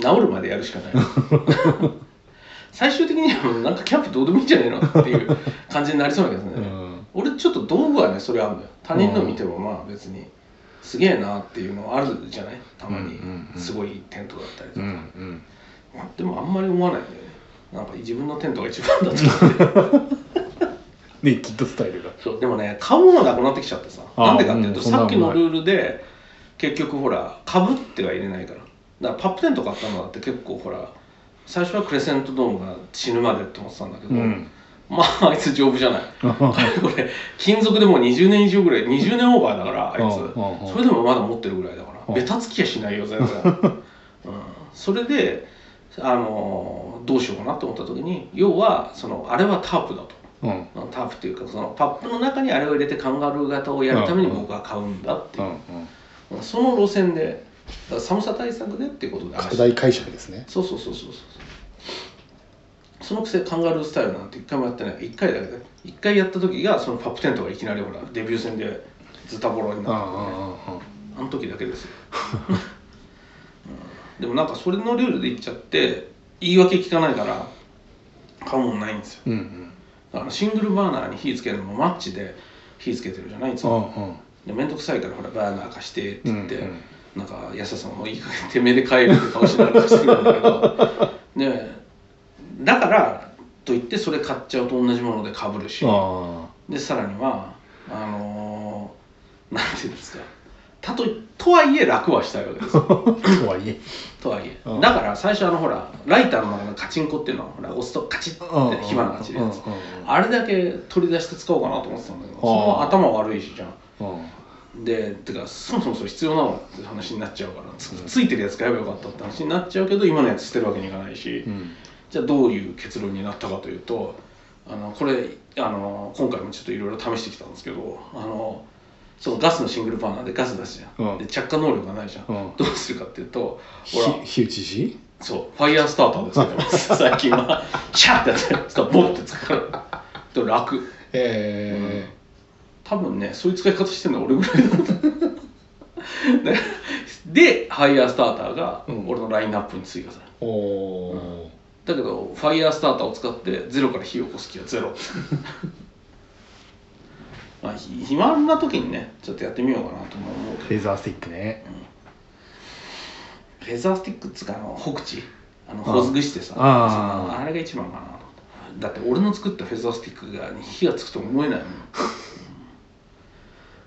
A: 治るまでやるしか ない最終的にはもうなんかキャンプどうでもいいんじゃないのっていう感じになりそうなけどね、
B: うん
A: 俺ちょっと道具はねそれあるんだよ他人の見てもまあ別にすげえなっていうのはあるじゃないたまに
B: うんうんうん
A: すごいテントだったりと
B: う
A: か、
B: ん
A: まあでもあんまり思わないんだよねなんか自分のテントが一番だと思って
B: ねキッドスタイルが
A: そうでもね買うものなくなってきちゃってさ
B: あー
A: なんでかっていうと、
B: うんそんな
A: さ
B: の
A: っきのルールで結局ほらかぶっては入れないからだからパップテント買ったのだって結構ほら最初はクレセントドームが死ぬまでって思ってたんだけど、
B: うん
A: まああいつ丈夫じゃないかれこれ金属でもう20年以上ぐらい20年オーバーだからあい
B: うんうんうん
A: つそれでもまだ持ってるぐらいだか
B: うん
A: らベタつきやしないよ全然、 うん、それであのーどうしようかなと思った時に要はそのあれはタープだと
B: うん
A: タープっていうかそのパップの中にあれを入れてカンガルー型をやるために僕は買うんだって
B: う
A: い
B: んうん
A: う、その路線でだから寒さ対策でっていうことで
B: 拡大解釈ですね
A: そうそうそうそうそうそのくせカンガルースタイルなんて一回もやってない一回だけで一回やった時がそのパップテントがいきなりほらデビュー戦でズタボロに
B: あ
A: な
B: あ
A: ったからね
B: あ
A: あの時だけですよ、うんでもなんかそれのルールでいっちゃって言い訳聞かないから買うもんないんですよ
B: うんうん
A: あのシングルバーナーに火つけるのもマッチで火つけてるじゃないいつ
B: う
A: も
B: んうん
A: で面倒くさいからほらバーナー貸してって言って、
B: うんうん
A: なんか安田さんもいい加減てめえで帰るって顔してたりするんだけどでだからといってそれ買っちゃうと同じものでかぶるし
B: あ
A: でさらにはあのーなんていうんですかたととはいえ楽はしたいわけですよ
B: あとはいえ
A: とはいえ
B: うん
A: だから最初あのほらライターの中のカチンコっていうのはほら押すとカチッって火花が散るやつ
B: うんうんうん
A: あれだけ取り出して使おうかなと思ってたんだけど
B: あー
A: その頭悪いしじゃん
B: うんうん
A: でてかそもそもそれ必要なのって話になっちゃうからつついてるやつ買えばよかったって話になっちゃうけど今のやつ捨てるわけにいかないし、
B: うん
A: じゃあどういう結論になったかというとあのこれあの今回もちょっといろいろ試してきたんですけどあのそのガスのシングルバーナーでガス出すじゃん、
B: うん
A: で着火能力がないじゃん、
B: うん
A: どうするかっていうと
B: ひ
A: ほら
B: 火打ち石
A: そうファイヤースターターですけど最近はシャッてやったらつかボッてつくからでも楽
B: え
A: 多分ねそういう使い方してるのは俺ぐらいだったで でハイヤースターターが
B: うん
A: 俺のラインナップに追加される、
B: ー、お
A: だけどファイヤースターターを使ってゼロから火を起こす気はゼロ まあひ暇な時にねちょっとやってみようかなとも思う
B: ー
A: け
B: レザースティックね
A: どレザースティックっつうかあの北地あのほずぐしてさ
B: あー
A: そのあれが一番かなと思ってだって俺の作ったフェザースティックが火がつくと思え ないもんうん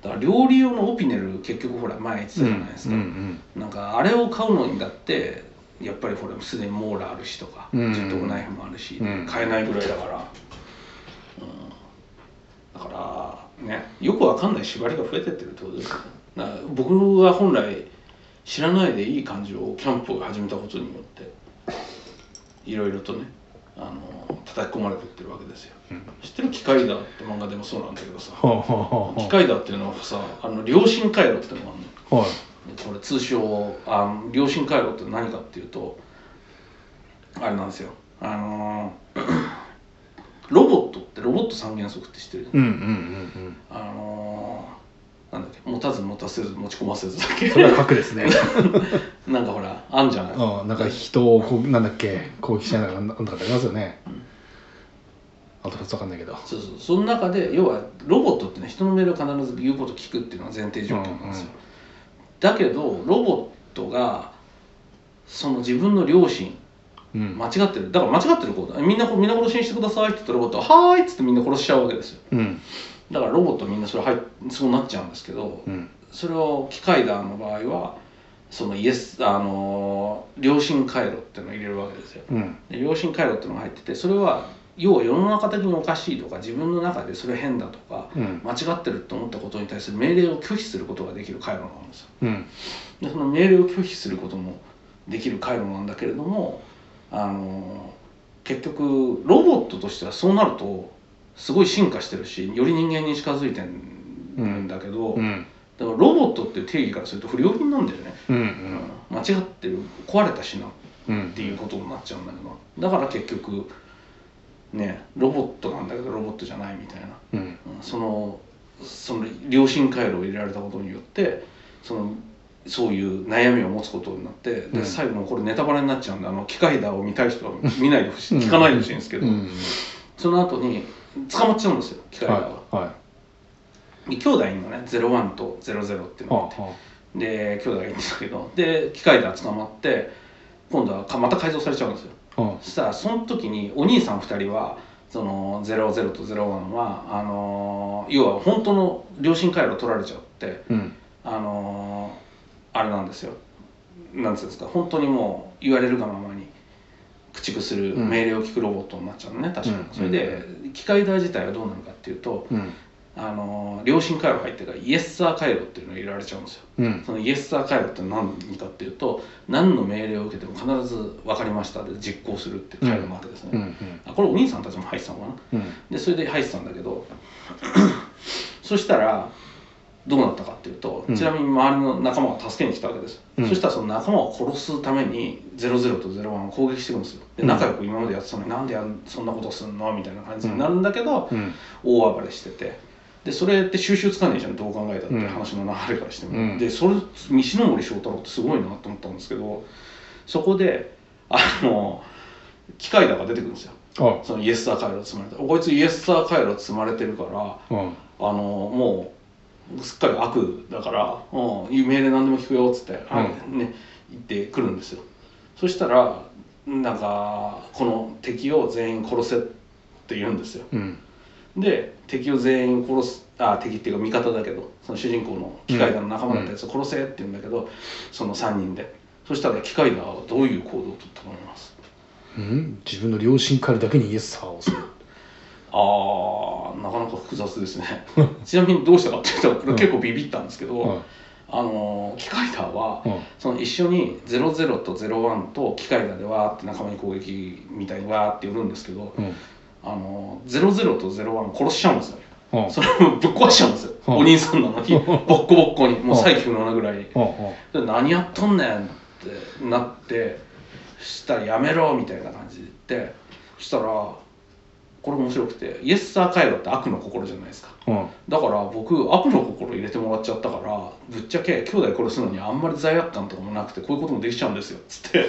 A: だから料理用のオピネル結局ほら前言ってたじゃないですか、
B: うんうん
A: なんかあれを買うのにだってやっぱりこれすでにモーラーあるしとかジ
B: うん
A: ェットナイフもあるし、
B: うん
A: 買えないぐらいだから、うん、だからねよくわかんない縛りが増えてってるってことですよねだから僕は本来知らないでいい感じをキャンプを始めたことによっていろいろとねあの叩き込まれてってるわけですよ、
B: うん
A: 知ってる「機械だ」って漫画でもそうなんだけどさ
B: ほう
A: 「
B: ほうほ
A: 機
B: うほ
A: 械だ」っていうのはさあの良心回路っていうのがあるの
B: うはい
A: これ通称あの良心回路って何かっていうとあれなんですよあの ーロボットってロボット三原則って知ってる、
B: うんうんうんうん
A: あのーなんだっけ持たず持たせず持ち込ませずだっけ
B: それは核ですね
A: なんかほらあんじゃない、
B: うんなんか人をこうなんだっけ攻撃しながらなんだかってありますよねあと2つわかんないけど
A: そうそうその中で要はロボットってね人の命令を必ず言うことを聞くっていうのは前提条件なんですよ、
B: うんうん
A: だけどロボットがその自分の良心
B: うん
A: 間違ってるだから間違ってることだみんなみんな殺しにしてくださいって言ったらロボットは「はーい」っつってみんな殺しちゃうわけですよ
B: うん
A: だからロボットみんなそれはいそうなっちゃうんですけど
B: うん
A: それを機械だの場合はそのイエスあのー良心回路っていうのを入れるわけですよ
B: うん
A: で良心回路っていうのが入っててそれは要は世の中的におかしいとか自分の中でそれ変だとか
B: うん
A: 間違ってると思ったことに対する命令を拒否することができる回路なんですよ
B: うん
A: でその命令を拒否することもできる回路なんだけれどもあの結局ロボットとしてはそうなるとすごい進化してるしより人間に近づいてるんだけど、
B: う
A: だか
B: ん
A: らロボットっていう定義からすると不良品なんだよね、
B: うん
A: 間違ってる壊れたしなっ
B: うん
A: ていうことになっちゃうんだけどだから結局ねロボットなんだけどロボットじゃないみたいな
B: うん
A: そのその良心回路を入れられたことによってそのそういう悩みを持つことになってで、
B: うん
A: 最後もうこれネタバレになっちゃうんであの機械だを見たい人は見ないでほしい
B: うん
A: 聞かないでほしいんですけ
B: う
A: ど、
B: ん
A: その後に捕まっちゃうんですよ機械だは、
B: はいはい
A: で兄弟今ね01と00っていうのがあっ
B: ああ
A: てで兄弟がいるんですけどで機械だ捕まって今度はかまた改造されちゃうんですよ
B: あ
A: そしたらその時にお兄さん2人はその00と01はあのー要は本当の良心回路を取られちゃって
B: うん
A: あのーあれなんですよなんつうんですか本当にもう言われるがままに駆逐する
B: うん
A: 命令を聞くロボットになっちゃうのね、確かに、
B: うん
A: それで機械台自体はどうなるかっていうと、
B: うん
A: あのー良心回路入ってからイエスサー回路っていうのを入れられちゃうんですよ
B: うん
A: そのイエス・サー・カイロって何かっていうと何の命令を受けても必ず分かりましたで実行するっていう回路なわけですね、
B: うんうん
A: あこれお兄さんたちも入ってたのかな
B: うん
A: でそれで入ってたんだけど そしたらどうなったかっていうと、
B: うん
A: ちなみに周りの仲間が助けに来たわけです、
B: うん
A: そしたらその仲間を殺すために00と01を攻撃していくんですよで
B: うん
A: 仲良く今までやってたのになんでやんそんなことすんのみたいな感じになるんだけど、
B: うん
A: 大暴れしててでそれって収集つかねえじゃんどう考えたって話の流れからしても、
B: うん
A: でそれ西森章太郎ってすごいなと思ったんですけどそこであの機械だが出てくるんですよ
B: あ
A: そのイエスサー回路積まれてこいつイエスサー回路積まれてるから
B: うん
A: あのもうすっかり悪だから、うん、命令何でも聞くよっつって、
B: う
A: ね、言ってくるんですよそしたらなんかこの敵を全員殺せって言うんですよ
B: うん
A: で敵を全員殺すあ敵っていうか味方だけどその主人公の機械だの仲間だったやつを殺せって言うんだけど、その3人でそしたら機械だはどういう行動をとったと思います
B: うん自分の両親からだけにイエスサーをする
A: あーなかなか複雑ですね ちなみにどうしたかっていうとこれ結構ビビったんですけど、
B: は
A: あの機械だはい
B: うん
A: その一緒に00と01と機械だでわーって仲間に攻撃みたいにわーって寄るんですけど
B: うん
A: あの00と01殺しちゃうんですよ
B: うん
A: それをぶっ壊しちゃうんですよ、
B: うん
A: お兄さんなのにボッコボッコにもう
B: うん
A: 再起不能なぐらいに
B: うん
A: で何やっとんねんってなってそしたらやめろみたいな感じで言ってそしたらこれ面白くてイエス・サー・カイロって悪の心じゃないですか
B: うんうん
A: だから僕悪の心入れてもらっちゃったからぶっちゃけ兄弟殺すのにあんまり罪悪感とかもなくてこういうこともできちゃうんですよつって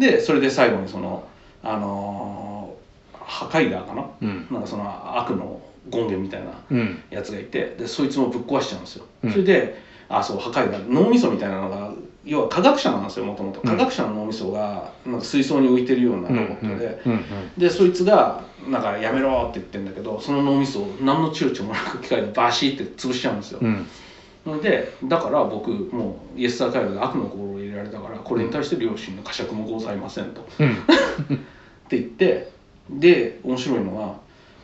A: でそれで最後にそのあのー、破壊だかな
B: うん
A: なんかその悪の権限みたいな
B: うん
A: やつがいてでそいつもぶっ壊しちゃうんですよ、
B: うん
A: それであそう破壊だ脳みそみたいなのが要は科学者なんですよもともと
B: うん
A: 科学者の脳みそがなんか水槽に浮いてるような
B: う
A: ロ
B: ん
A: ボ
B: う
A: ッ
B: ん
A: ト
B: う
A: で、
B: んうん
A: でそいつが「なんかやめろ」って言ってんだけどその脳みそを何の躊躇もなく機械でバシッて潰しちゃうんですよ、
B: うん
A: それでだから僕もうイエス・サー・カイロで悪の心を入れられたからこれに対して両親の呵責もございませんと
B: うん
A: って言ってで面白いのはだか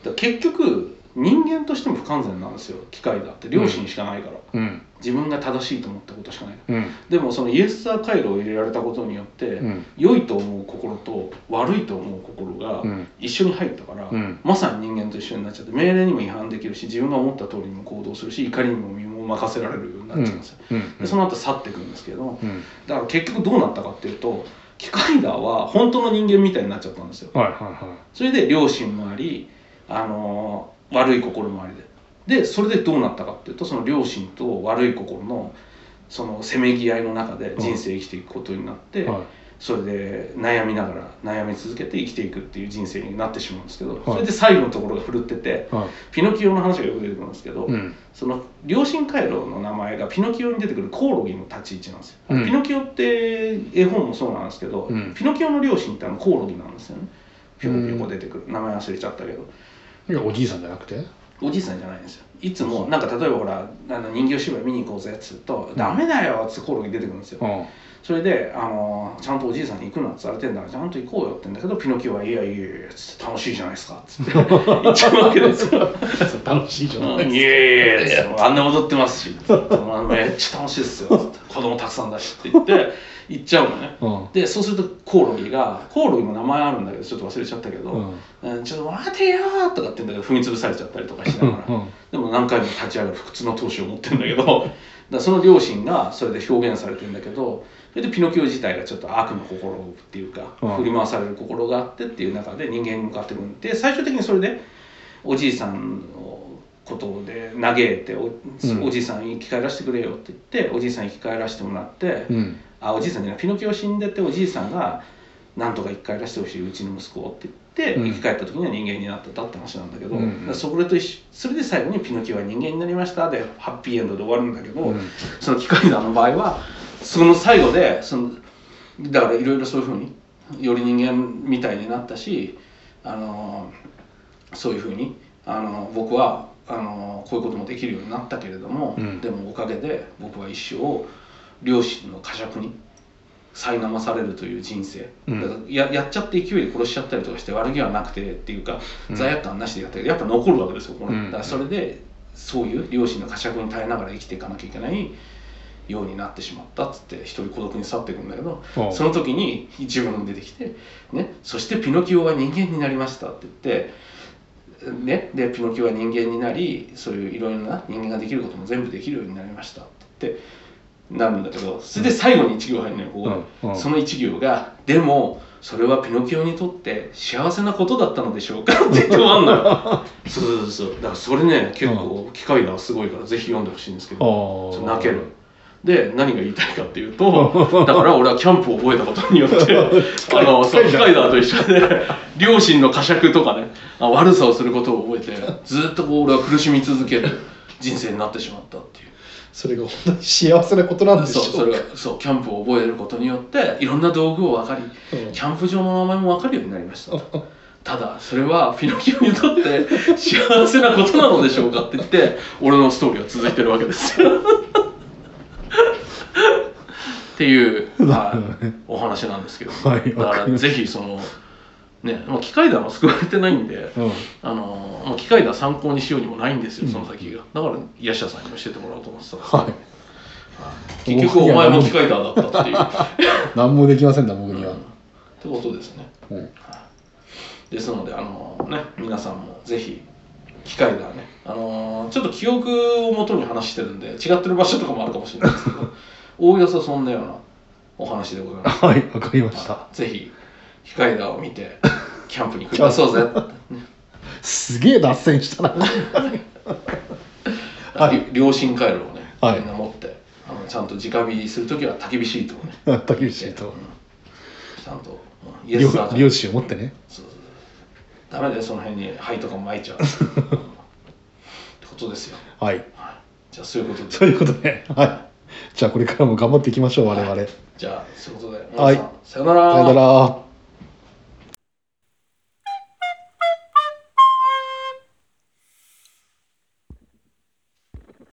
A: ら結局人間としても不完全なんですよ機械だって両親しかないから、
B: うん
A: 自分が正しいと思ったことしかない
B: うん
A: でもそのイエス・サー・カイロを入れられたことによって、
B: うん
A: 良いと思う心と悪いと思う心が
B: うん
A: 一緒に入ったから、
B: うん
A: まさに人間と一緒になっちゃって命令にも違反できるし自分が思った通りにも行動するし怒りにも身も任せられるようになっちゃうんですよ、でその後去っていくんですけど
B: うん
A: だから結局どうなったかっていうと機械だは本当の人間みたいになっちゃったんですよ
B: はいはいは
A: それで良心もあり、あのー悪い心もありででそれでどうなったかっていうとその良心と悪い心のそのせめぎ合いの中で人生生きていくことになって、
B: いは
A: それで悩みながら悩み続けて生きていくっていう人生になってしまうんですけど、
B: い
A: それで最後のところが振るってて
B: いは
A: ピノキオの話がよく出てくるんですけど、
B: いうん
A: その良心回路の名前がピノキオに出てくるコオロギの立ち位置なんですよ、
B: うん
A: ピノキオって絵本もそうなんですけど、
B: うん
A: ピノキオの両親ってあのコオロギなんですよねピョコピョコ出てくる名前忘れちゃったけど
B: いやおじいさんじゃなくて
A: おじいさんじゃないんですよいつもなんか例えばほらあの人形芝居見に行こうぜっつうと「ダメだよ」っつってコオロギ出てくるんですよ、
B: うん
A: それで、あのちゃんとおじいさんに行くなって言われてんだからちゃんと行こうよって言うんだけどピノキオはいやいやいやつって楽しいじゃないですかっ つって言っちゃうわけですよ
B: 楽しいじゃない
A: うんいやいやいやあんな踊ってますしつってめっちゃ楽しいですよつって子供たくさんだしって言って行っちゃうのね
B: うん
A: でそうするとコオロギがコオロギも名前あるんだけどちょっと忘れちゃったけど、
B: うん
A: うんちょっと待てよーとかって言うんだけど踏み潰されちゃったりとかしながら、
B: うん
A: でも何回も立ち上がる不屈の闘志を持ってるんだけどだからその両親がそれで表現されてるんだけどそれでピノキオ自体がちょっと悪の心っていうか、
B: うん
A: 振り回される心があってっていう中で人間に向かってくるんで最終的にそれでおじいさんのことで嘆いてお,、
B: ん
A: じいさん生き返らせてくれよって言っておじいさん生き返らせてもらって、
B: うん
A: あおじいさんじゃないピノキオ死んでておじいさんがなんとか生き返らせてほしいうちの息子をって言って、
B: うん
A: 生き返った時には人間になってたって話なんだけど、
B: うんうん
A: だからそれと一緒それで最後にピノキオは人間になりましたでハッピーエンドで終わるんだけど、
B: うん
A: その機械団の場合はその最後でそのだからいろいろそういうふうにより人間みたいになったしあのそういうふうにあの僕はあのこういうこともできるようになったけれども、
B: うん
A: でもおかげで僕は一生両親の呵責に苛まされるという人生、
B: うん
A: だからややっちゃって勢いで殺しちゃったりとかして悪気はなくてっていうか、
B: うん
A: 罪悪感なしでやったけどやっぱ残るわけですよこの、
B: うん
A: だからそれでそういう両親の呵責に耐えながら生きていかなきゃいけないようになってしまったっつって一人孤独に去っていくんだけど
B: うん
A: その時に自分で出てきて、ね、そしてピノキオは人間になりましたって言って。ね、でピノキオは人間になりそういういろいろな人間ができることも全部できるようになりましたってなるんだけどそれで最後に一行入るのよここで、
B: うんうん
A: その一行が「でもそれはピノキオにとって幸せなことだったのでしょうか?」 って言って終わんの よそうそうそうだからそれね結構機械がすごいからぜひ読んでほしいんですけど、
B: ああ
A: 泣けるで何が言いたいかっていうとだから俺はキャンプを覚えたことに よってあのそうスカイダーと一緒で両親の呵責とかねあ悪さをすることを覚えてずっとこう俺は苦しみ続ける人生になってしまったっていう。
B: それが本当に幸せなことなんでし
A: そうそ
B: ょう
A: れがそうキャンプを覚えることによっていろんな道具を分かり
B: うん
A: キャンプ場の名前も分かるようになりましたただそれはフィノキオにとって幸せなことなのでしょうかって言って俺のストーリーは続いてるわけですよっていう、はい、お話なんですけど、
C: はい
A: だ
C: わ
A: か
C: かり
A: ら
C: ました
A: ぜひそのねもう機械だの救われてないんで
C: うん
A: あのもう機械だ参考にしようにもないんですよその先が、だからヤシャさんに教えてもらおうと思ってたんですけど
C: はい
A: 結局お前も機械だだったっていう
C: 何もできませんだ僕に
A: うん
C: は
A: っ、てことですね
C: うん
A: はいですのであのね皆さんもぜひ機械だねあのちょっと記憶をもとに話してるんで違ってる場所とかもあるかもしれないですけ どおおよそそんなようなお話でございます
C: はいわかりました
A: ぜひ機械だを見てキャンプに繰り出そうぜ
C: すげえ脱線したなはい
A: 良心回路をね、
C: はい
A: みんな持ってあのちゃんと直火するときは焚き火シートをね
C: 竹内と
A: うんちゃんと、うんイエ
C: 漁
A: スアー
C: 漁師を持ってね
A: そうそうそうダメだよその辺に灰とかも撒 いちゃうってことですよ
C: はい
A: じゃあそういうことで
C: そういうことではいじゃあこれからも頑張っていきましょう我々、
A: じゃあそういうことで
C: はい
A: 皆さんさよなら
C: さよなら